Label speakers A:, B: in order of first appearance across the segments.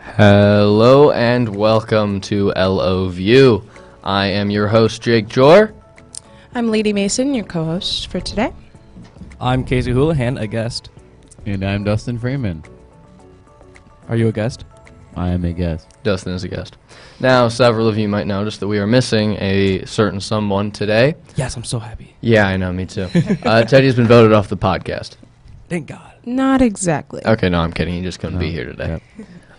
A: Hello and welcome to LOView. I am your host, Jake Jor.
B: I'm Lady Mason, your co host for today.
C: I'm Casey Houlihan, a guest.
D: And I'm Dustin Freeman.
C: Are you a guest?
D: I am a guest.
A: Dustin is a guest. Now, several of you might notice that we are missing a certain someone today.
C: Yes, I'm so happy.
A: Yeah, I know, me too. uh, Teddy's been voted off the podcast.
C: Thank God.
B: Not exactly.
A: Okay, no, I'm kidding. He just couldn't be here today.
D: Yep.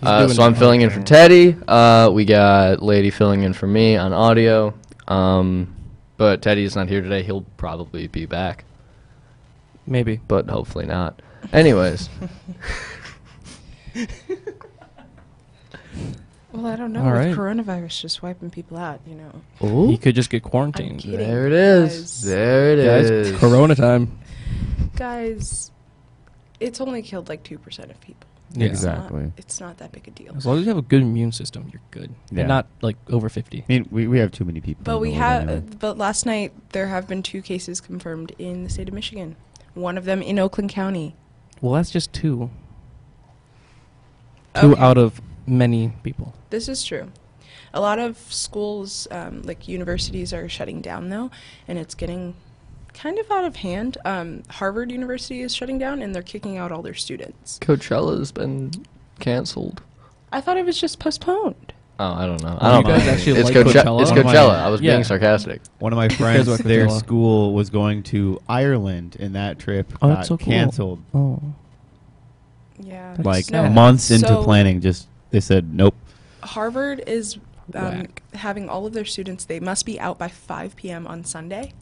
A: Uh,
C: doing
A: so I'm
C: it.
A: filling in for Teddy. Uh, we got Lady filling in for me on audio. Um, but Teddy is not here today. He'll probably be back,
C: Maybe.
A: but hopefully not. Anyways,
B: Well, I don't know.
C: All
B: with
C: right.
B: coronavirus just wiping people out, you know.
C: He could just get
B: I'm
C: quarantined.
B: kidding.
A: there it is.
B: guys.
A: There it
C: Guys,
A: is.
C: corona time.
B: Guys, it's only killed like 2% of people.
C: Yeah.
B: It's not-
D: Exactly.
B: It's not that big a deal.
C: As long as you have a good immune system, you're good.
D: Yeah.
C: And not like over 50.
D: I mean, we, we have too many people.
B: But
D: in the
B: we
D: world
B: have,
D: anyway.
B: but last night there have been two cases confirmed in the state of Michigan. One of them in Oakland County.
C: Well, that's just two. Two
B: Okay.
C: out of many people.
B: This is true. A lot of schools, um, like universities, are shutting down though, and it's getting kind of out of hand. Um, Harvard University is shutting down, and they're kicking out all their students.
A: Coachella's been canceled.
B: I thought it was just postponed.
A: Oh, I don't know.
C: You
A: I don't
C: guys
A: know.
C: actually
A: it's
C: like
A: Coache-
C: Coachella?
A: It's
D: One of my-
A: Coachella. I was
C: Yeah.
A: being sarcastic.
D: One of my
C: cares
D: friends,
C: about
D: their
C: Coachella?
D: school was going to Ireland, and that trip
C: Oh,
D: got
C: that's so cool.
D: canceled.
C: Oh.
B: Yeah,
C: That's
D: Like
C: sad.
D: months into
B: So-
D: planning, just they said nope.
B: Harvard is um,
C: Whack.
B: having all of their students. They must be out by 5 p.m. on Sunday.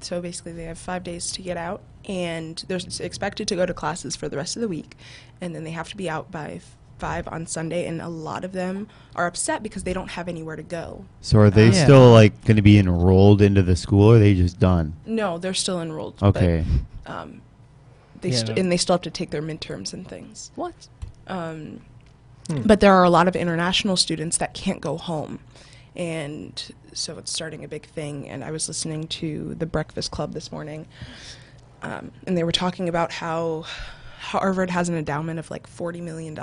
B: So basically, they have five days to get out, and they're s- expected to go to classes for the rest of the week, and then they have to be out by f- five on Sunday. And a lot of them are upset because they don't have anywhere to go.
D: So are they
C: Oh. Yeah.
D: still like going to be enrolled into the school, or are they just done?
B: No, they're still enrolled. but,
D: Okay.
B: um, they
C: Yeah,
B: st-
C: no.
B: and they still have to take their midterms and things.
C: What?
B: Um,
A: Hmm.
B: But there are a lot of international students that can't go home. And so it's starting a big thing. And I was listening to the Breakfast Club this morning, um, and they were talking about how Harvard has an endowment of like $40 million.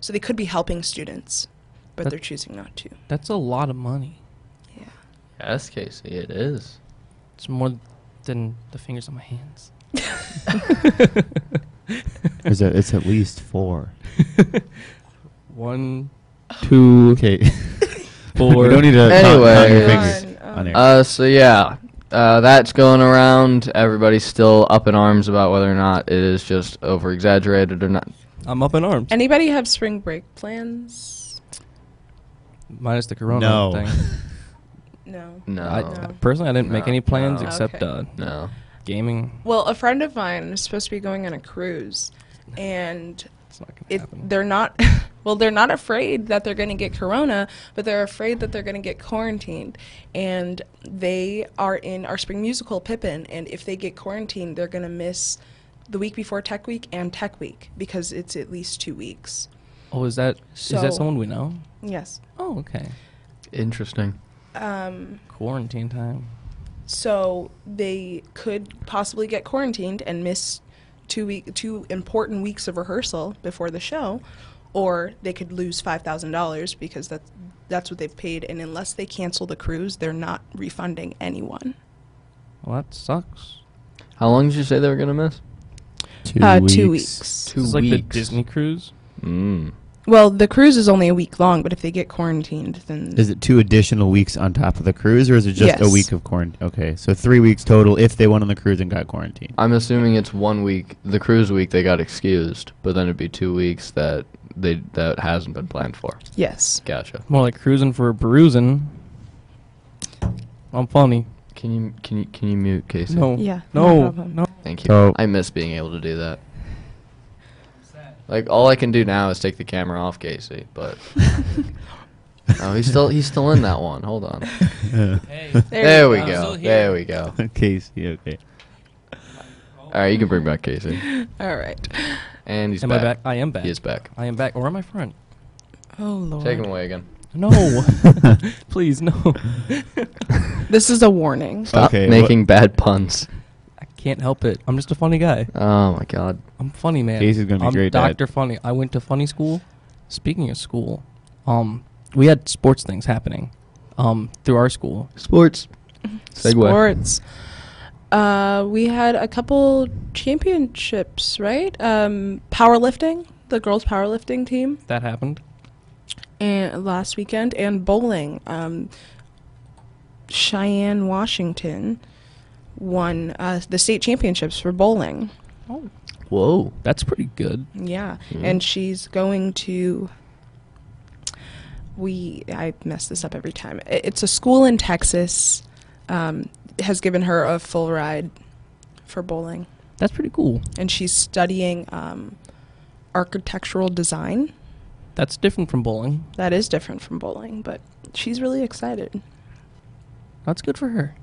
B: So they could be helping students, but
C: That-
B: they're choosing not to.
C: That's a lot of money.
B: Yeah.
A: Yes, Casey, it is.
C: It's more than the fingers on my hands.
D: There's a, it's at least four.
C: One, two,
D: Okay.
C: four.
D: we don't need to count- count your
A: Anyways.
D: fingers
B: um,
D: on air.
A: Uh, so yeah, uh, that's going around. Everybody's still up in arms about whether or not it is just over exaggerated or not.
C: I'm up in arms.
B: Anybody have spring break plans?
C: Minus the corona
D: No.
C: thing.
B: No.
A: No.
C: I,
B: No.
C: personally, I didn't make
A: No.
C: any plans
A: No.
C: except
B: Okay.
C: uh,
A: No.
C: gaming.
B: Well, a friend of mine is supposed to be going on a cruise, and
C: It's not gonna
B: it,
C: happen.
B: they're not well they're not afraid that they're going to get corona but they're afraid that they're going to get quarantined and they are in our spring musical pippin and if they get quarantined they're going to miss the week before tech week and tech week because it's at least two weeks
C: Oh, is that is that
B: So-
C: someone we know?
B: yes
C: Oh, okay.
A: Interesting.
B: um,
C: Quarantine time.
B: so they could possibly get quarantined and miss two week two important weeks of rehearsal before the show or they could lose $5000 because that's that's what they've paid and unless they cancel the cruise they're not refunding anyone
C: Well, that sucks.
A: How long did you say they were gonna miss?
D: two,
B: uh, two weeks
A: Two
C: it's like the Disney cruise.
A: Mm.
B: well the cruise is only a week long but if they get quarantined then
D: Is it two additional weeks on top of the cruise, or is it just a
B: Yes.
D: week of quarantine? Okay, so three weeks total if they went on the cruise and got quarantined.
A: I'm assuming it's one week, the cruise week they got excused, but then it'd be two weeks that they that hasn't been planned for.
B: yes
A: Gotcha.
C: More like cruising for a bruising. I'm funny.
A: Can you can you can you mute Casey?
C: No.
B: Yeah, no
C: No.
B: problem.
C: no.
A: Thank you.
D: So-
A: I miss being able to do that. Like all I can do now is take the camera off Casey, but oh, he's still he's still in that one. Hold on. There,
B: There
A: we
C: I'm
A: go.
C: still here.
A: There we go.
D: Casey, okay.
A: All right, you can bring back Casey.
B: all right
A: And he's
C: am
A: back.
C: I back? I am back.
A: He is back.
C: I am back. Or am I front?
B: oh lord
A: Take him away again.
C: No. Please, no.
B: this is a warning
A: Stop
D: Okay,
A: making bad puns.
C: I can't help it. I'm just a funny guy.
A: Oh my god.
C: I'm funny, man.
D: Casey's gonna be
C: I'm
D: great, Dad.
C: Doctor Funny. I went to funny school. Speaking of school, um, we had sports things happening, um, through our school.
A: Sports. Segue.
B: Sports. Uh, we had a couple championships, right? Um, powerlifting, the girls' powerlifting team,
C: That happened.
B: and last weekend, and bowling. Um, Cheyenne, Washington, won uh, the state championships for bowling.
C: Oh,
A: Whoa.
C: that's pretty good.
B: Yeah,
A: Mm.
B: and she's going to. We I mess this up every time. I- It's a school in Texas. Um, has given her a full ride for bowling,
C: That's pretty cool.
B: and she's studying um, architectural design.
C: That's different from bowling.
B: That is different from bowling, but she's really excited.
C: That's good for her.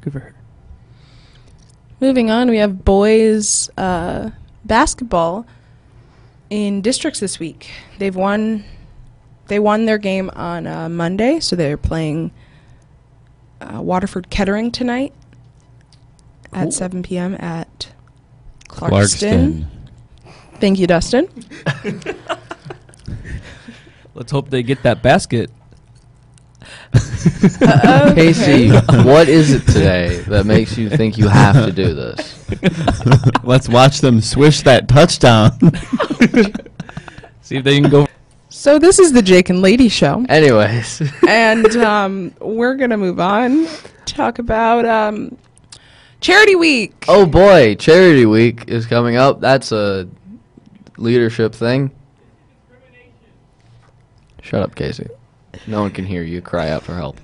C: Good for her.
B: Moving on, we have boys uh, basketball in districts this week. They've won. They won their game on uh, Monday, so they're playing uh, Waterford Kettering tonight
C: Cool.
B: at 7 p.m. at Clarkston. Thank you, Dustin.
C: Let's hope they get that basket.
B: Uh, okay.
A: Casey, what is it today that makes you think you have to do this?
D: Let's watch them swish that touchdown.
C: See if they can go.
B: So this is the Jake and Lady show.
A: Anyways,
B: and um, we're gonna move on. Talk about um, Charity Week.
A: oh boy, Charity Week is coming up. That's a leadership thing. Shut up, Casey. No one can hear you cry out for help.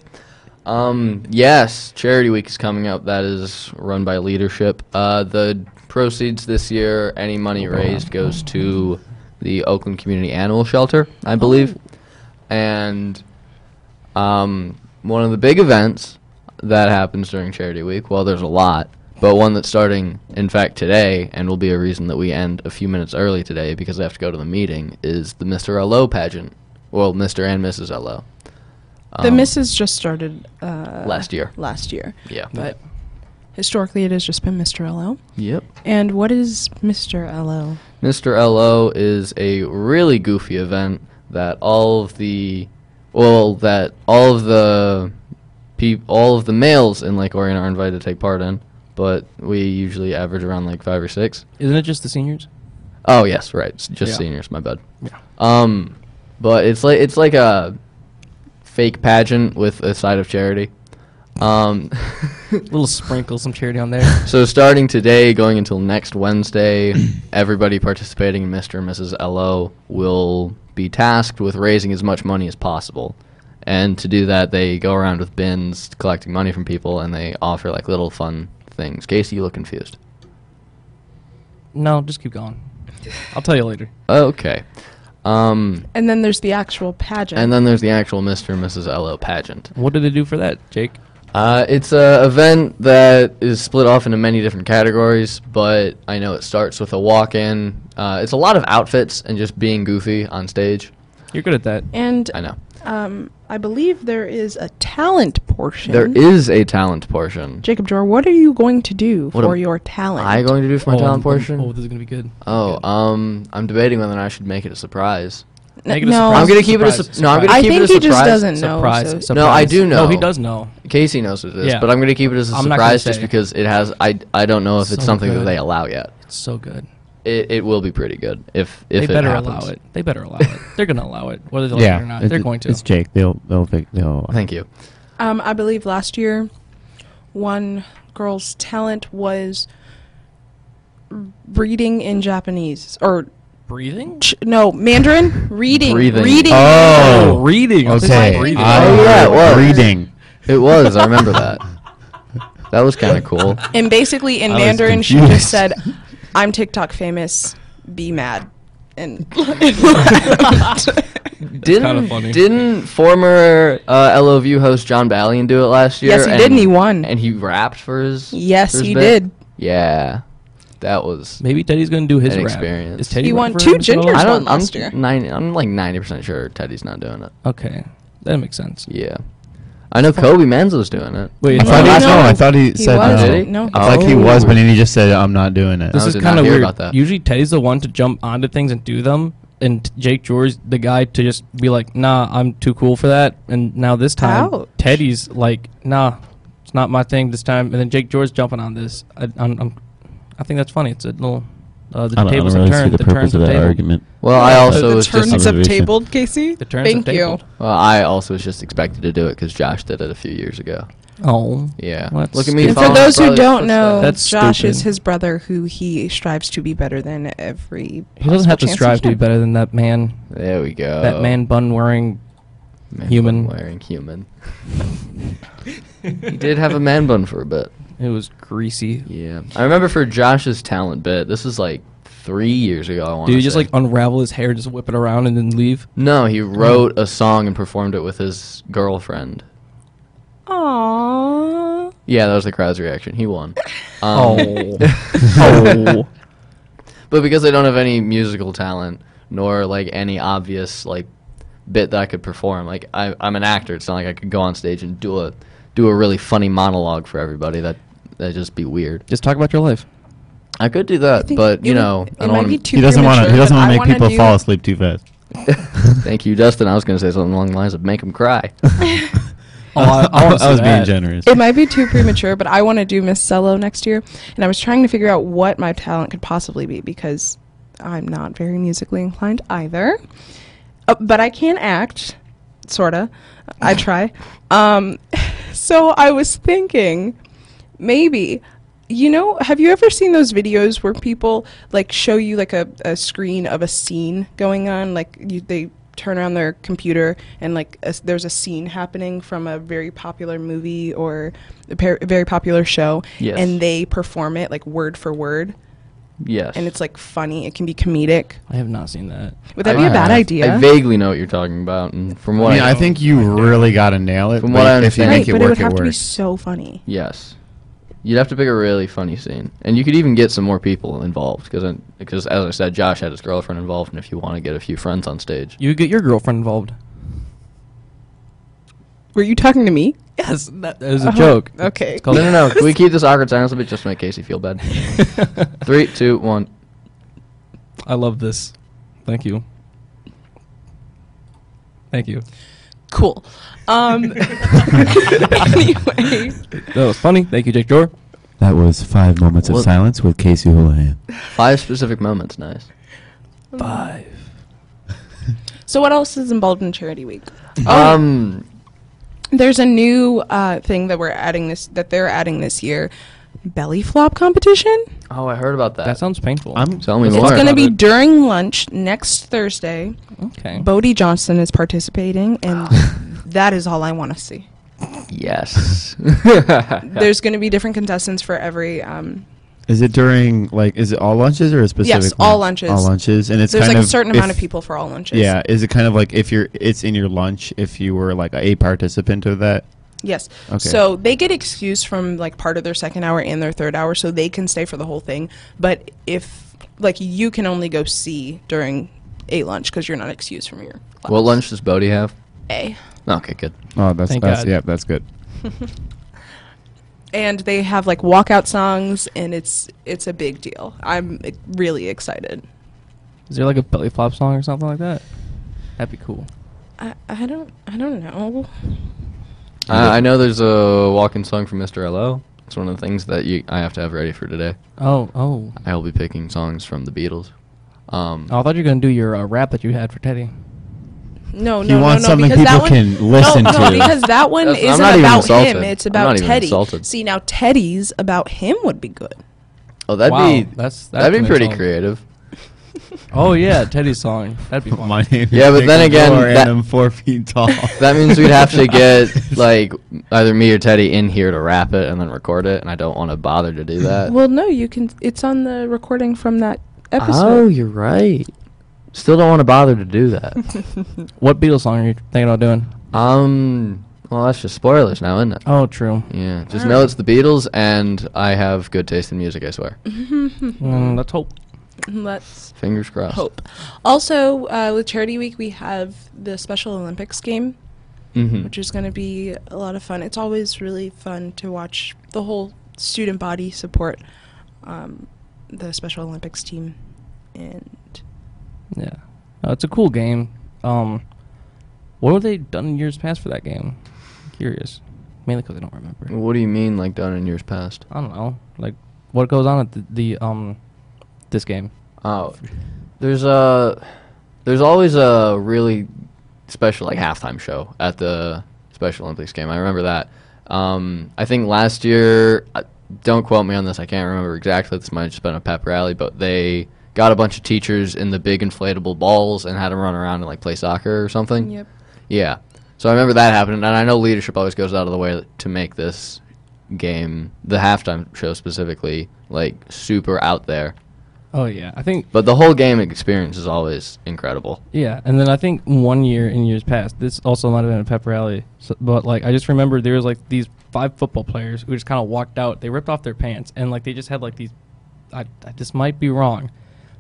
A: Um, yes, Charity Week is coming up. That is run by leadership. Uh, the proceeds this year, any money raised goes to the Oakland Community Animal Shelter, I believe. And um, one of the big events that happens during Charity Week, well, there's a lot, but one that's starting, in fact, today, and will be a reason that we end a few minutes early today because I have to go to the meeting, is the Mr. Allo pageant. Well, Mr. and Mrs. Allo.
B: the
A: Um,
B: Mrs. just started uh,
A: last year.
B: Last year,
A: Yeah.
B: but historically, it has just been Mr. Lo.
A: Yep.
B: And what is Mr. Lo?
A: Mr. LO is a really goofy event that all of the well that all of the peop- all of the males in Lake Orion are invited to take part in, but we usually average around like 5 or 6.
C: Isn't it just the seniors?
A: Oh, yes, right. It's just
C: Yeah.
A: seniors, my bad.
C: Yeah.
A: Um but it's like it's like a fake pageant with a side of charity. Um
C: little sprinkle some charity on there.
A: So starting today, going until next Wednesday, everybody participating in Mr. and Mrs. LO will be tasked with raising as much money as possible. And to do that, they go around with bins collecting money from people, and they offer like little fun things. Casey, you look confused.
C: no, just keep going. I'll tell you later.
A: Okay. Um,
B: And then there's the actual pageant.
A: and then there's the actual Mr. and Mrs. LO pageant.
C: What did they do for that, Jake?
A: Uh, it's a event that is split off into many different categories, but I know it starts with a walk-in. Uh, it's a lot of outfits and just being goofy on stage.
C: You're good at that.
B: And,
A: I know
B: um, I believe there is a talent portion.
A: there is a talent portion.
B: Jacob Jor, what are you going to do
A: What
B: for
A: am
B: your talent?
A: I going to do for my
C: Oh, I'm-
A: talent
C: Oh,
A: portion?
C: this is gonna be good.
A: Oh, um, I'm debating whether or not I should make it a surprise.
B: N-
C: Make it a
B: no,
C: surprise.
A: I'm gonna keep it a
C: surprise,
A: su- no. I'm gonna
B: Oh, I
A: keep
B: think
A: it a
B: he just
A: surprise.
B: doesn't know.
C: surprise,
B: so-
C: surprise.
A: No, I do know.
C: No, he does know.
A: Casey knows what it is,
C: Yeah.
A: but I'm gonna keep it as a
C: I'm not gonna
A: surprise just
C: say.
A: because it has. I, I don't know if it's
C: So
A: something that
C: good.
A: they allow yet.
C: It's so good.
A: It, it will be pretty good if if
C: they
A: it
C: better
A: happens.
C: allow it. They better allow it. They're gonna allow it, whether they like it or not.
D: it's-
C: They're going to.
D: It's Jake. They'll they'll fi- they'll.
A: Thank you.
B: Um, I believe last year, one girl's talent was reading in Japanese or
C: breathing.
B: ch- no Mandarin reading
A: Breathing.
B: reading.
D: Oh,
C: reading. I'm
D: okay.
C: saying breathing.
D: I-
A: Oh, yeah, it was.
D: reading.
A: It was. I remember that. That was kind of cool.
B: And basically in
D: was
B: Mandarin, she
D: confused.
B: just said, "I'm TikTok famous. Be mad." And yes,
A: Didn't
C: kinda funny.
A: didn't former uh, LOVU host John Ballion do it last year?
B: Yes, he did, and he won.
A: And he rapped for his. for his
B: he
A: bit?
B: did.
A: Yeah, that was.
C: Maybe Teddy's gonna do his
A: An
C: rap.
A: experience.
C: Is Teddy
B: He
C: rap
B: won
C: for
B: two
C: him as well?
B: gingers.
A: I
B: one
A: don't. I'm
B: last year.
A: nine. I'm like ninety percent sure Teddy's not doing it.
C: Okay, that makes sense.
A: Yeah, I know Kobe Menzo's doing it.
C: Wait,
D: I thought,
B: No,
D: he, no,
B: no.
D: I thought he,
B: He
D: said
B: was.
D: no.
A: Did he?
B: No.
D: I thought like he
A: Oh.
D: was, but then he just said, "I'm not doing
A: I
D: it."
C: This is
A: did not
C: kind of
A: hear
C: weird.
A: about that.
C: Usually Teddy's the one to jump onto things and do them. and Jake George, the guy to just be like, nah, I'm too cool for that. And now this time,
B: Ouch.
C: Teddy's like, nah, it's not my thing this time. And then Jake George jumping on this. I, I'm, I'm, I think that's funny. It's a little. Uh, the
E: I don't, I
C: tables
E: don't
C: have
E: really see
C: turned.
E: the
C: The, turns
E: purpose of
C: have
E: that
C: tabled.
E: argument.
A: Well, I also
B: the
A: was just
B: turns have
E: Observation.
B: tabled, Casey.
C: The turns have
B: Thank you.
C: tabled.
A: well, I also was just expected to do it because Josh did it a few years ago.
C: Oh,
A: Yeah,
C: Well, that's
A: look at me.
B: And for
A: following
B: those
A: my
B: who
A: brother's
B: don't know,
C: That's
B: Josh
C: stupid.
B: is his brother, who he strives to be better than every.
C: he doesn't
B: possible
C: have to
B: chance he
C: strive to be
B: can.
C: better than that man.
A: There we go.
C: That man bun wearing.
A: Man
C: human.
A: bun wearing human. he did have a man bun for a bit.
C: It was greasy.
A: Yeah, I remember for Josh's talent bit. This was like three years ago. I want.
C: Dude, you just like Mm. unravel his hair, just whip it around, and then leave.
A: no, he wrote a song and performed it with his girlfriend.
B: Aww.
A: Yeah, that was the crowd's reaction. He won. Um,
C: Oh.
A: oh. but because I don't have any musical talent nor like any obvious like bit that I could perform, like I, I'm an actor. It's not like I could go on stage and do a do a really funny monologue for everybody. That that'd just be weird.
C: Just talk about your life.
A: I could do that, but you know, I don't want to.
D: He doesn't want to. He doesn't want to make people fall asleep too fast.
A: Thank you, Dustin. I was going to say something along the lines of make him cry.
C: Oh, I, I wanna see
D: was
C: that.
D: being generous.
B: It might be too premature, but I want to do Miss Cello next year, and I was trying to figure out what my talent could possibly be because I'm not very musically inclined either. Uh, but I can act, sorta. I try. Um, so I was thinking, maybe. You know, have you ever seen those videos where people like show you like a, a screen of a scene going on? Like you, they turn on their computer and like a s there's a scene happening from a very popular movie or a par- very popular show,
A: Yes.
B: and they perform it like word for word,
A: Yes,
B: and it's like funny. It can be comedic.
C: I have not seen that.
B: Would that be a bad
A: I-
B: idea?
A: I vaguely know what you're talking about, and from what
D: I mean, I
A: know-
D: think you really got to nail it.
A: From
D: but
A: what I
D: if you
A: understand-
D: make
B: right,
D: it
B: but
D: work,
B: it would have to be
D: works.
B: so funny.
A: Yes. You'd have to pick a really funny scene, and you could even get some more people involved because because as I said, Josh had his girlfriend involved, and if you want to get a few friends on stage,
C: You get your girlfriend involved.
B: Were you talking to me?
C: Yes, that, that was a
B: Uh-huh.
C: joke.
B: Okay.
C: It's
A: no,
C: called-
A: no, no. Can we keep this awkward silence a bit just to make Casey feel bad? Three, two, one.
C: I love this. Thank you. Thank you.
B: Cool. Um, anyway,
C: That was funny. Thank you, Jake Jor.
E: That was five moments
A: Well-
E: of silence with Casey Houlihan.
A: Five specific moments. Nice.
C: Um, Five.
B: so what else is involved in Charity Week? Oh.
A: Um,
B: There's a new uh, thing that we're adding this that they're adding this year, belly flop competition.
A: oh, I heard about that.
C: That sounds painful.
D: I'm
A: Tell me
D: It's
A: more.
B: It's going to
C: about
B: be
C: it.
B: during lunch next Thursday.
C: okay.
B: Bodie Johnson is participating, and that is all I want to see.
A: yes.
B: There's going to be different contestants for every. Um,
D: Is it during like? Is it all lunches or a specific?
B: Yes, all
D: lunch?
B: lunches.
D: All lunches, and it's
B: there's
D: kind
B: like a
D: of
B: certain
D: if-
B: amount of people for all lunches.
D: Yeah, is it kind of like if you're it's in your lunch if you were like a participant of that?
B: Yes.
D: Okay.
B: So they get excused from like part of their second hour and their third hour, so they can stay for the whole thing. But if like you can only go see during a lunch because you're not excused from your class.
A: what lunch does Bodie have?
B: A.
A: Okay, good.
D: Oh, that's
C: Thank
D: that's
C: God.
D: yeah, that's good.
B: And they have like walkout songs, and it's it's a big deal. I'm like, really excited.
C: Is there like a belly flop song or something like that? That'd be cool.
B: I, I don't I don't know.
A: Uh, I, I know there's a walking song from Mr. Lo. It's one of the things that you I have to have ready for today.
C: Oh, oh.
A: I will be picking songs from the Beatles. Um,
C: Oh, I thought you were gonna do your uh, rap that you had for Teddy.
B: No,
D: He
B: no,
D: wants
B: no, no,
D: something
B: because that
D: people
B: one,
D: can listen
B: no, no,
D: to.
B: because that one
A: That's- I'm
B: isn't
A: not even
B: about
A: insulted.
B: him. It's
A: I'm
B: about
A: not even
B: Teddy.
A: insulted.
B: See now, Teddy's about him would be good.
A: oh, that'd
C: Wow,
A: be
C: that's- that's
A: that'd
C: an
A: be pretty
C: insult.
A: creative.
C: Oh yeah, Teddy's song. That'd be fun.
D: My name
A: Yeah, but then again, that-
D: and I'm four feet tall.
A: That means we'd have to get like either me or Teddy in here to wrap it and then record it, and I don't want to bother to do that.
B: Well, no, you can. It's on the recording from that
A: oh,
B: episode.
A: you're right. Still don't want to bother to do that.
C: What Beatles song are you thinking about doing?
A: um, well, that's just spoilers now, isn't it?
C: Oh, true.
A: Yeah, just know it's the Beatles, and I have good taste in music. I swear.
B: Mm-hmm.
C: Mm, let's hope.
B: Let's
A: Fingers crossed.
B: hope. Also, uh, with Charity Week, we have the Special Olympics game,
A: hmm
B: which is going to be a lot of fun. It's always really fun to watch the whole student body support um, the Special Olympics team, and
C: Yeah. No, it's a cool game. Um, what have they done in years past for that game? Curious, mainly because I don't remember.
A: What do you mean, like done in years past?
C: I don't know, like what goes on at the, the um this game.
A: Oh, there's a there's always a really special like halftime show at the Special Olympics game. I remember that. Um, I think last year, uh, don't quote me on this. I can't remember exactly. This might have just been a pep rally, but they got a bunch of teachers in the big inflatable balls and had them run around and like play soccer or something.
B: Yep.
A: Yeah. So I remember that happening, and I know leadership always goes out of the way to make this game, the halftime show specifically, like super out there.
C: Oh yeah, I think
A: But the whole game experience is always incredible.
C: Yeah, and then I think one year in years past, this also might have been a pep rally. So, but like, I just remember there was like these five football players who just kind of walked out. They ripped off their pants and like they just had like these. I, I just might be wrong,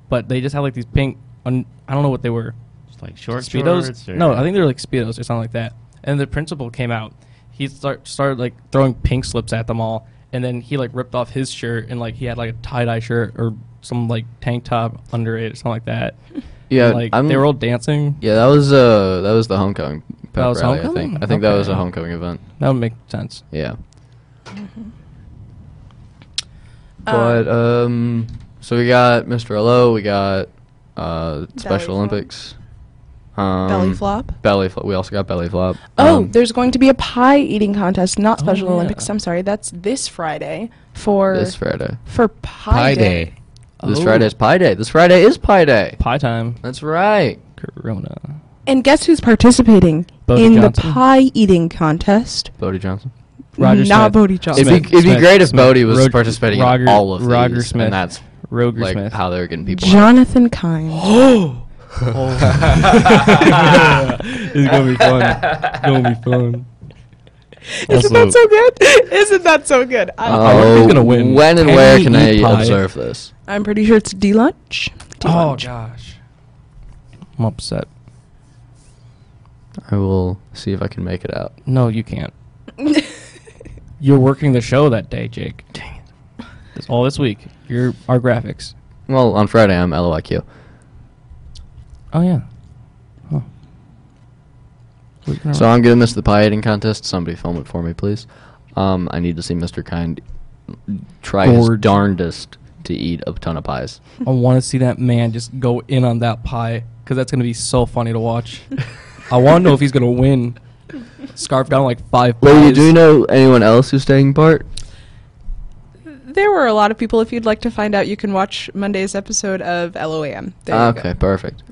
C: but they just had like these pink. Un, I don't know what they were.
D: Just like short
C: speedos.
D: shorts or-
C: No, I think they were like speedos or something like that. And the principal came out. He start, started like throwing pink slips at them all, and then he like ripped off his shirt and like he had like a tie dye shirt or some like tank top under it or something like that.
A: Yeah,
C: And, like
A: I'm-
C: they were all dancing.
A: Yeah, that was uh that was the homecoming. pep
C: That was
A: rally, I
C: homecoming?
A: think I think that was a
C: Okay.
A: homecoming event.
C: That would make sense.
A: Yeah.
B: Uh,
A: But um, so we got Mr. Hello, we got uh Special
B: Belly flop.
A: Olympics, um,
B: Belly flop?
A: belly flop. We also got belly flop.
B: Oh,
A: Um,
B: there's going to be a pie eating contest, not
C: Oh,
B: Special
C: yeah.
B: Olympics. I'm sorry, that's this Friday for
A: this Friday.
B: for pie, day.
A: This
C: Oh.
A: Friday is Pie Day. This Friday is Pie Day.
C: Pie time.
A: That's right.
C: Corona.
B: And guess who's participating
C: Bodie
B: in
C: Johnson?
B: the pie eating contest?
A: Bodie Johnson.
C: Roger
B: not
C: Smith.
B: Bodie Johnson.
A: It'd be,
C: Smith,
A: it'd be
C: Smith,
A: great if
C: Smith.
A: Bodie was
C: Rog-
A: participating
C: Roger-
A: in all of these.
C: Roger Smith.
A: And that's
C: Roger
A: like
C: Smith.
A: how they're getting people.
B: Jonathan Kind.
C: Oh. it's gonna be fun. It's gonna be fun.
B: Isn't
D: Also-
B: that so good? Isn't that so good? I'm,
C: wonder who's gonna win.
A: Uh, When and
C: Can
A: where
C: we
A: can
C: eat
A: I
C: pie?
A: observe this?
B: I'm pretty sure it's D lunch.
C: Oh gosh. I'm upset.
A: I will see if I can make it out.
C: No, you can't. You're working the show that day, Jake. Dang it. This, all this week. You're our graphics.
A: Well, on Friday I'm LOIQ.
C: Oh yeah. Huh. We're gonna-
A: So I'm gonna miss the pie eating contest. Somebody film it for me, please. Um, I need to see Mr. Kind try his
C: Gorge.
A: darndest to eat a ton of pies.
C: I want to see that man just go in on that pie because that's going to be so funny to watch. I want to know if he's going to win. Scarf down like five pies.
A: Lady, do you know anyone else who's taking part?
B: There were a lot of people. If you'd like to find out, you can watch Monday's episode of LOAM. There
D: Ah,
B: you Mm-hmm.
A: okay, perfect.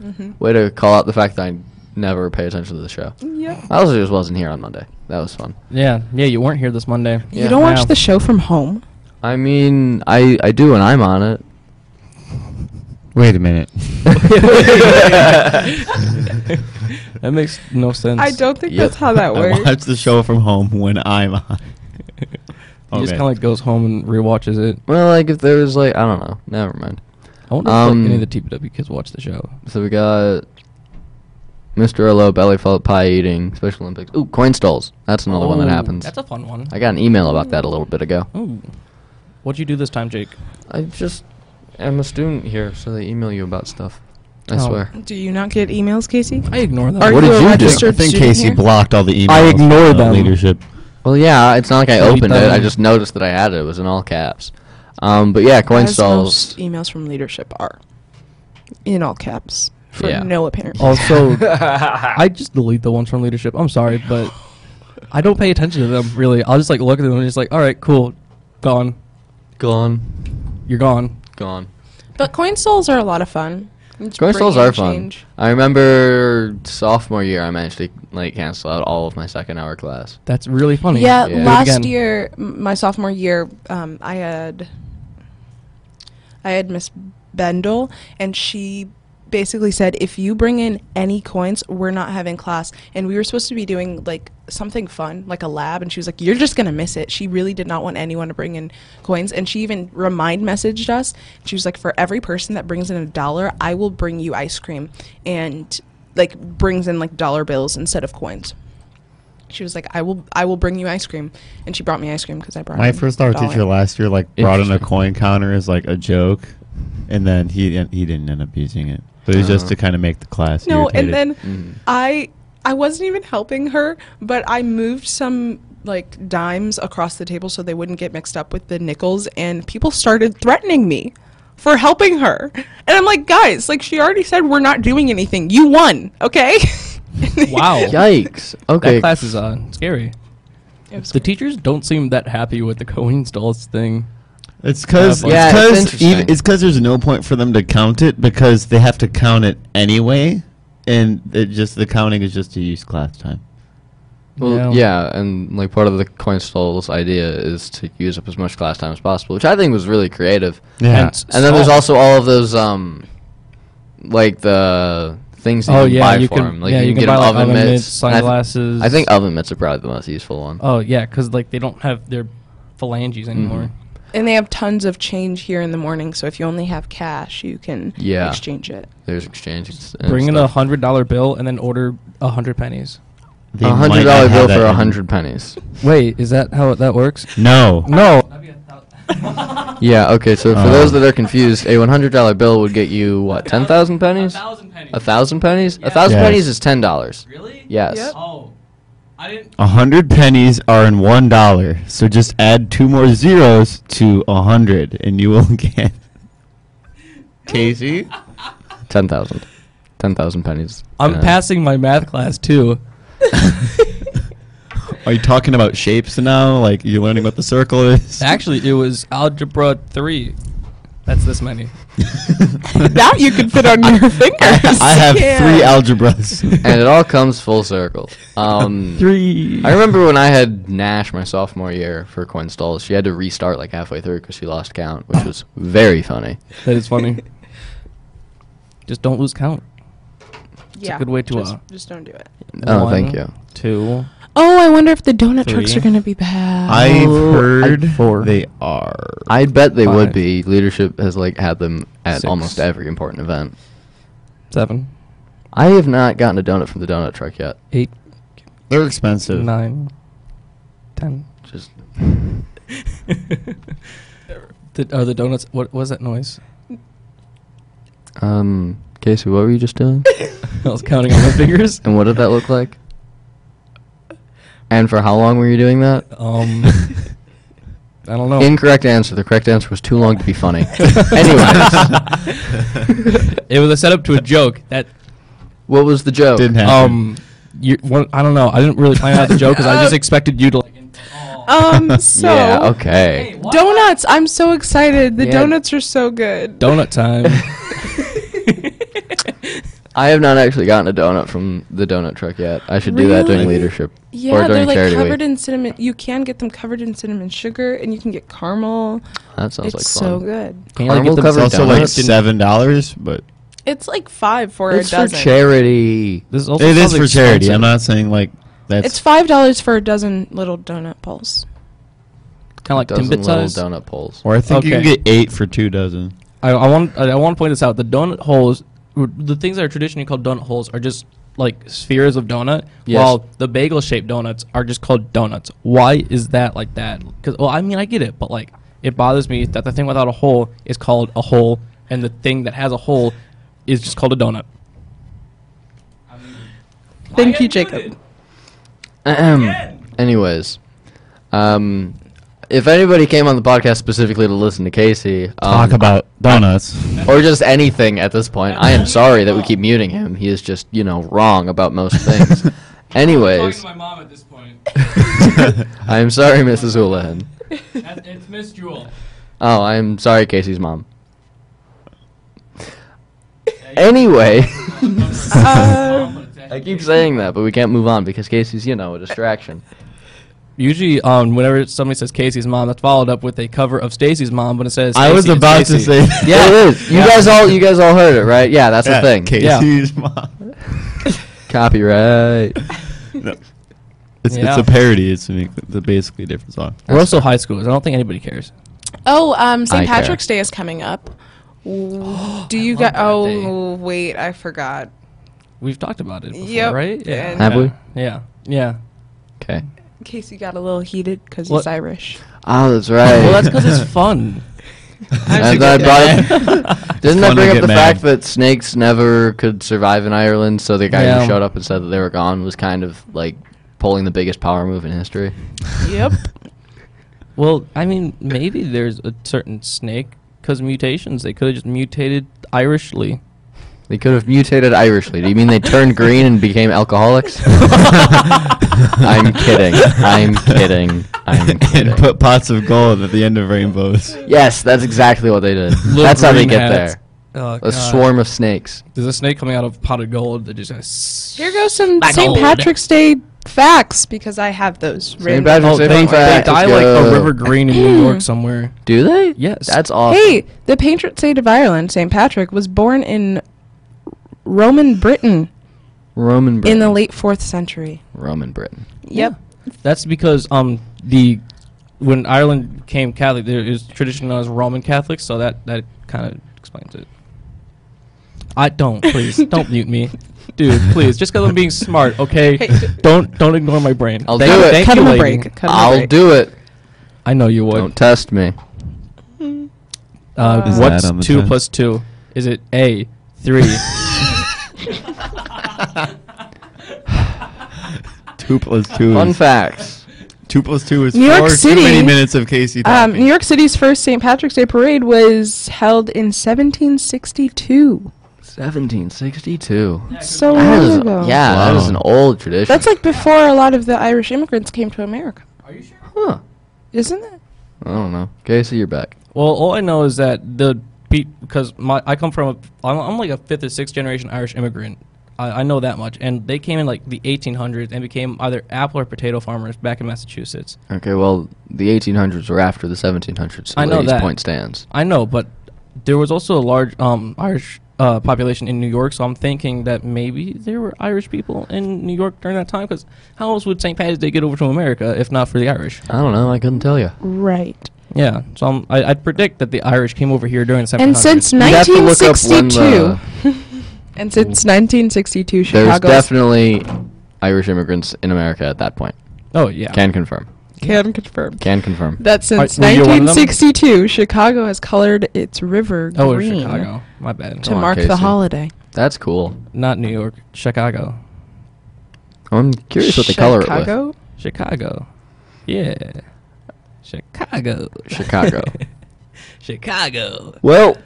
A: Way to call out the fact that I never pay attention to the show.
B: go. Yep.
D: Oh,
A: I also just wasn't here on Monday. That was fun.
C: Yeah, yeah, you weren't here this Monday.
A: Yeah.
B: You don't watch
C: Wow.
B: the show from home?
A: I mean, I I do when I'm on it.
D: Wait a minute.
C: That makes no sense.
B: I don't think
A: Yep.
B: that's how that
D: I
B: works.
D: watch the show from home when I'm on.
C: He
D: Okay.
C: just kind of like goes home and rewatches it.
A: Well, like if there was like I don't know. Never mind.
C: I wonder if
A: Um,
C: like, any of the TPW kids watch the show.
A: So we got Mr. Hello belly felt pie eating Special Olympics. Ooh, coin stalls. That's another one that
C: Ooh,
A: happens.
C: That's a fun one.
A: I got an email about that a little bit ago.
C: Ooh. What'd you do this time, Jake?
A: I just am a student here, so they email you about stuff. I
C: Oh.
A: swear.
B: Do you not get emails, Casey?
C: I ignore them.
B: Are
A: What
B: you
A: did you
B: a
A: do?
D: I
B: registered
D: think
B: student
D: Casey
B: here?
D: blocked all the emails.
C: I ignore
D: from the
C: them.
D: Leadership.
A: Well, yeah, it's not like I
C: So he
A: opened it. I
C: doesn't-
A: just noticed that I had it. It was in all caps. Um, but yeah, coin
B: As
A: stalls.
B: most emails from leadership are in all caps for
A: Yeah.
B: no apparent. reason.
C: also, I just delete the ones from leadership. I'm sorry, but I don't pay attention to them really. I'll just like look at them and just like, all right, cool, gone.
A: Gone.
C: You're gone.
A: Gone.
B: But coin stalls are a lot of fun. It's
A: Coin stalls
B: bringing
A: are fun.
B: change.
A: I remember sophomore year, I managed to like cancel out all of my second hour class.
C: That's really funny.
B: Yeah,
A: Yeah.
B: last
C: Again.
B: year, m- my sophomore year, um, I had I had Miss Bendel, and she basically said, if you bring in any coins, we're not having class. And we were supposed to be doing like something fun, like a lab, and she was like, you're just gonna miss it. She really did not want anyone to bring in coins, and she even remind messaged us. She was like, for every person that brings in a dollar, I will bring you ice cream, and like brings in like dollar bills instead of coins. She was like, "I will, I will bring you ice cream," and she brought me ice cream because I brought.
D: My
B: in
D: first
B: a
D: art
B: dollar.
D: teacher last year like brought in a
A: Interesting.
D: coin counter as like a joke, and then he he didn't end up using it. But it was just
A: Uh.
D: to kind of make the class.
B: No,
D: irritated.
B: and then
C: Mm-hmm.
A: Mhm.
B: I I wasn't even helping her, but I moved some like dimes across the table so they wouldn't get mixed up with the nickels and people started threatening me for helping her. And I'm like, "Guys, like she already said we're not doing anything. You won, okay?"
C: Wow.
A: Yikes. Okay.
C: That class is uh, scary.
B: It was
C: The teachers don't seem that happy with the co-installs thing.
D: It's because
A: Yeah, it's
D: it's because
A: interesting.
D: it's because there's no point for them to count it because they have to count it anyway, and it just the counting is just to use class time.
A: Well,
C: Yeah.
A: yeah. and like part of the coin stalls idea is to use up as much class time as possible, which I think was really creative.
D: Yeah.
C: And
D: And,
C: s-
A: And then there's
C: solve.
A: also all of those, um, like the things that
C: Oh,
A: you can
C: yeah,
A: buy
C: you
A: for
C: can-
A: 'em. Like
C: yeah,
A: you,
C: you
A: can
C: can
A: get 'em
C: buy, like,
A: oven,
C: oven
A: mitts.
C: mitts,
A: And I thi-
C: sunglasses.
A: I, think oven mitts are probably the most useful one.
C: Oh yeah, because like they don't have their phalanges
A: Mm-hmm.
C: anymore.
B: and they have tons of change here in the morning, so if you only have cash, you can
A: Yeah.
B: exchange it.
A: There's exchanges.
C: Bring in a hundred dollar bill and then order a hundred pennies.
A: a hundred dollar bill for a hundred pennies.
C: Wait, is that how that works?
D: No.
C: No.
A: Yeah. Okay. So for
D: Uh,
A: those that are confused, a one hundred dollar bill would get you what ten thousand pennies?
C: pennies.
A: A thousand pennies? A
C: Yeah.
A: thousand
D: Yes.
A: pennies is ten dollars.
C: Really?
A: Yes.
B: Yep.
C: Oh, I didn't.
D: A hundred pennies are in one dollar, so just add two more zeros to a hundred, and you will get. Casey,
A: Ten thousand. Ten thousand pennies.
C: I'm
A: Uh,
C: passing my math class too.
D: are you talking about shapes now? Like you're learning what the circle is?
C: Actually, it was algebra three. That's this many.
B: That you can fit on your fingers.
D: I, I have
B: Yeah.
D: three algebras.
A: And it all comes full circle. Um,
C: Three.
A: I remember when I had Nash my sophomore year for coin stalls. She had to restart like halfway through because she lost count, which was very funny.
C: That is funny. Just don't lose count.
B: It's
C: a good way to,
B: just,
C: uh,
B: just don't do it.
A: Oh,
C: One,
A: thank you.
C: Two.
B: Oh, I wonder if the donut trucks
C: trucks Three.
B: are
C: are gonna
B: going to be back.
D: I've
A: Oh, I-
D: heard
A: four.
D: they are.
A: I bet they would
C: Five.
A: be. Leadership has like had them at
C: Six.
A: almost every important event.
C: Seven.
A: I have not gotten a donut from the donut truck yet.
C: Eight.
D: They're expensive.
C: Nine. Ten.
A: Just
C: Did, are the donuts? What was that noise?
A: um, Casey, what were you just doing?
C: I was counting on my fingers.
A: and what did that look like? And for how long were you doing that?
C: Um, I don't know.
A: Incorrect answer. The correct answer was too long to be funny.
C: Anyways. it was a setup to a joke that
A: What was the joke?
D: Didn't happen.
C: um, you one, I don't know. I didn't really plan out the joke because I just
B: Uh,
C: expected you to. Like,
B: um, so
A: Oh, yeah. Okay.
B: Donuts! I'm so excited. The
A: Yeah.
B: donuts are so good.
C: donut time.
A: I have not actually gotten a donut from the donut truck yet. I should do that during
B: Really?
A: leadership
B: yeah,
A: or
B: they're
A: during
B: like
A: charity
B: covered
A: week.
B: in cinnamon. You can get them covered in cinnamon sugar, and you can get caramel.
A: that sounds
B: it's
A: like fun.
B: so good.
C: Can you, like,
A: Caramel
C: get them
A: covered
D: It's also like
A: donuts?
D: seven dollars, but
B: It's like five for
A: It's
B: a
A: for
B: dozen.
A: charity.
C: This also
D: it is
C: sounds
D: for charity.
C: expensive.
D: I'm not saying like that's.
B: It's five dollars for a dozen little donut balls.
C: kind of like
A: dozen
C: Timbit
A: little
C: size.
A: donut poles.
D: or I think you can
C: okay.
D: get eight for two dozen.
C: I, I want I, I want to point this out. The donut holes, the things that are traditionally called donut holes, are just like spheres of donut.
A: Yes.
C: While the bagel shaped donuts are just called donuts. Why is that like that? 'Cause- well, I mean I get it, but like it bothers me that the thing without a hole is called a hole, and the thing that has a hole is just called a donut.
B: Thank you, Jacob.
A: Ahem. Anyways, um, if anybody came on the podcast specifically to listen to Casey, um,
D: Talk about donuts.
A: or just anything at this point, I am sorry that we keep muting him. He is just you know wrong about most things. Anyways,
C: my mom at this point.
A: I am sorry, Mrs. Houlihan.
C: it's Miss Jewel.
A: Oh, I'm sorry, Casey's mom. Anyway,
B: Uh,
A: I keep saying that, but we can't move on because Casey's you know a distraction.
C: Usually, um, whenever somebody says Casey's mom, that's followed up with a cover of Stacy's mom, but it says
D: I was
C: Stacy, it's
D: about to
C: Stacy.
D: say.
A: Yeah, it is. You guys all you guys all heard it, right? Yeah, that's the thing.
D: Casey's mom.
A: Copyright.
D: No. It's,
C: Yeah.
D: it's a parody. It's, an, it's basically a different song.
C: We're also high schoolers. I don't think anybody cares.
B: oh, um,
A: I
B: St.
A: care.
B: Patrick's Day is coming up. Ooh, Do you
C: love
B: get?
C: that
B: Oh, wait, I forgot.
C: We've talked about it. Before,
B: Yep.
C: Right?
B: And-
A: Have we?
C: Yeah. Yeah.
A: Okay.
B: Casey got a little heated because
C: What?
B: he's Irish.
A: Oh, that's right.
C: Well, that's because it's fun.
A: And I brought it. Doesn't that
D: fun to
A: bring up
D: get
A: the
D: mad.
A: fact that snakes never could survive in Ireland? So the guy
C: Yeah.
A: who showed up and said that they were gone was kind of like pulling the biggest power move in history.
B: Yep.
C: Well, I mean, maybe there's a certain snake because mutations. They could have just mutated Irishly.
A: They could have mutated Irishly. Do you mean they turned green and became alcoholics? I'm kidding. I'm kidding. I'm kidding.
D: and put pots of gold at the end of rainbows.
A: yes, that's exactly what they did.
C: Little
A: that's how they
C: green
A: get
C: hats.
A: there. A swarm of snakes.
C: There's a snake coming out of a pot of gold that just goes.
B: Here goes some
C: My
B: St.
C: gold.
B: Patrick's Day facts because I have those written. down.
A: Patrick's
C: Oh,
A: Say
C: they,
A: fun
C: they
A: fact,
C: die
A: let's
C: like
A: go.
C: a river green in New York somewhere.
A: Do they?
C: Yes.
A: That's awesome.
B: Hey, the patron saint of Ireland, St. Patrick, was born in Roman Britain
A: Roman Britain.
B: in the late 4th century.
A: Roman Britain.
B: Yep.
C: That's because um the when Ireland became Catholic, there is tradition known as Roman Catholics, so that that kind of explains it. I don't. Please don't mute me, dude. Please, just because I'm being smart, okay?
B: Hey, d-
C: don't don't ignore my brain.
A: I'll do it.
B: Cut
C: you,
B: him a
C: lady.
B: break. Cut him a
A: I'll
B: break.
A: do it.
C: I know you
A: Don't
C: would.
A: test me.
B: Um,
C: Uh,
B: Is
C: what's
D: that on the
C: two
D: test?
C: plus two? Is it a three?
D: Two plus two.
A: Fun
D: is,
A: facts.
D: Two plus two is
B: New York
D: four.
B: City-
D: Too many minutes of Casey.
B: Um,
D: talking.
B: New York City's first St. Patrick's Day parade was held in 1762.
A: 1762.
B: So
A: That
B: long
A: is,
B: ago.
A: yeah, that
D: Wow.
A: is an old tradition.
B: That's like before a lot of the Irish immigrants came to America,
A: huh.
B: isn't it?
A: I don't know. Casey, you're back.
C: Well, all I know is that the because my I come from a I'm, I'm like a fifth or sixth generation Irish immigrant. I, I know that much, and they came in like the 1800s and became either apple or potato farmers back in Massachusetts.
A: Okay, well, the 1800s were after the 1700s. So
C: I know
A: Lady's
C: that.
A: point stands.
C: I know, but there was also a large um, Irish uh, population in New York, so I'm thinking that maybe there were Irish people in New York during that time. Because how else would St. Patrick's Day get over to America if not for the Irish?
A: I don't know. I couldn't tell you.
B: Right.
C: Yeah, so I'm, I, I'd predict that the Irish came over here during the 1700s.
B: And since
A: You'd have to look up when
B: 1962,
A: the-
B: and since 1962,
A: There's
B: Chicago's
A: definitely Irish immigrants in America at that point.
C: oh yeah,
A: Can confirm.
B: can confirm
A: Can confirm.
B: that since
C: were you one of them?
B: 1962, Chicago has colored its river
C: oh
B: green
C: Chicago, my bad,
B: to
A: Come on,
B: mark the
A: Casey.
B: holiday.
A: That's cool.
C: not New York, Chicago,
A: I'm curious what they color it with.
B: Chicago?
C: Chicago, yeah, Chicago,
A: Chicago.
C: Chicago.
A: Well,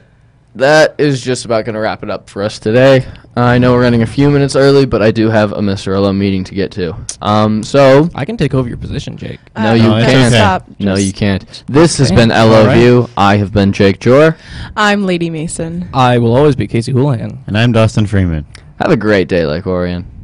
A: that is just about going to wrap it up for us today. I know we're running a few minutes early, but I do have a Mr. Ella meeting to get to. Um, so
C: I can take over your position, Jake.
A: No, you
D: no, it's
A: can't.
D: okay.
B: Stop.
A: no,
B: Uh, Just-
A: you can't. This has
C: Okay.
A: been
C: All right.
A: LOVU. I have been Jake Jor.
B: I'm Lady Mason.
C: I will always be Casey Houlihan.
D: and I'm Dustin Freeman.
A: Have a great day, Lake Orion.